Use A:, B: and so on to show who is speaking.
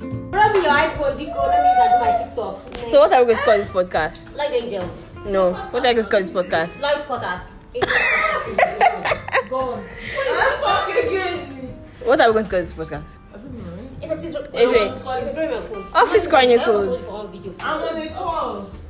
A: your eye political and these are my TikTok.
B: So what are we going to call this podcast?
A: Like the angels.
B: No. What are we going to call this podcast?
A: Like podcast. Gone.
B: What are we going to call this podcast?
A: If I please
B: If I-
A: if I bring my phone.
B: Office Chronicles.
A: All videos.
C: I'm on a call.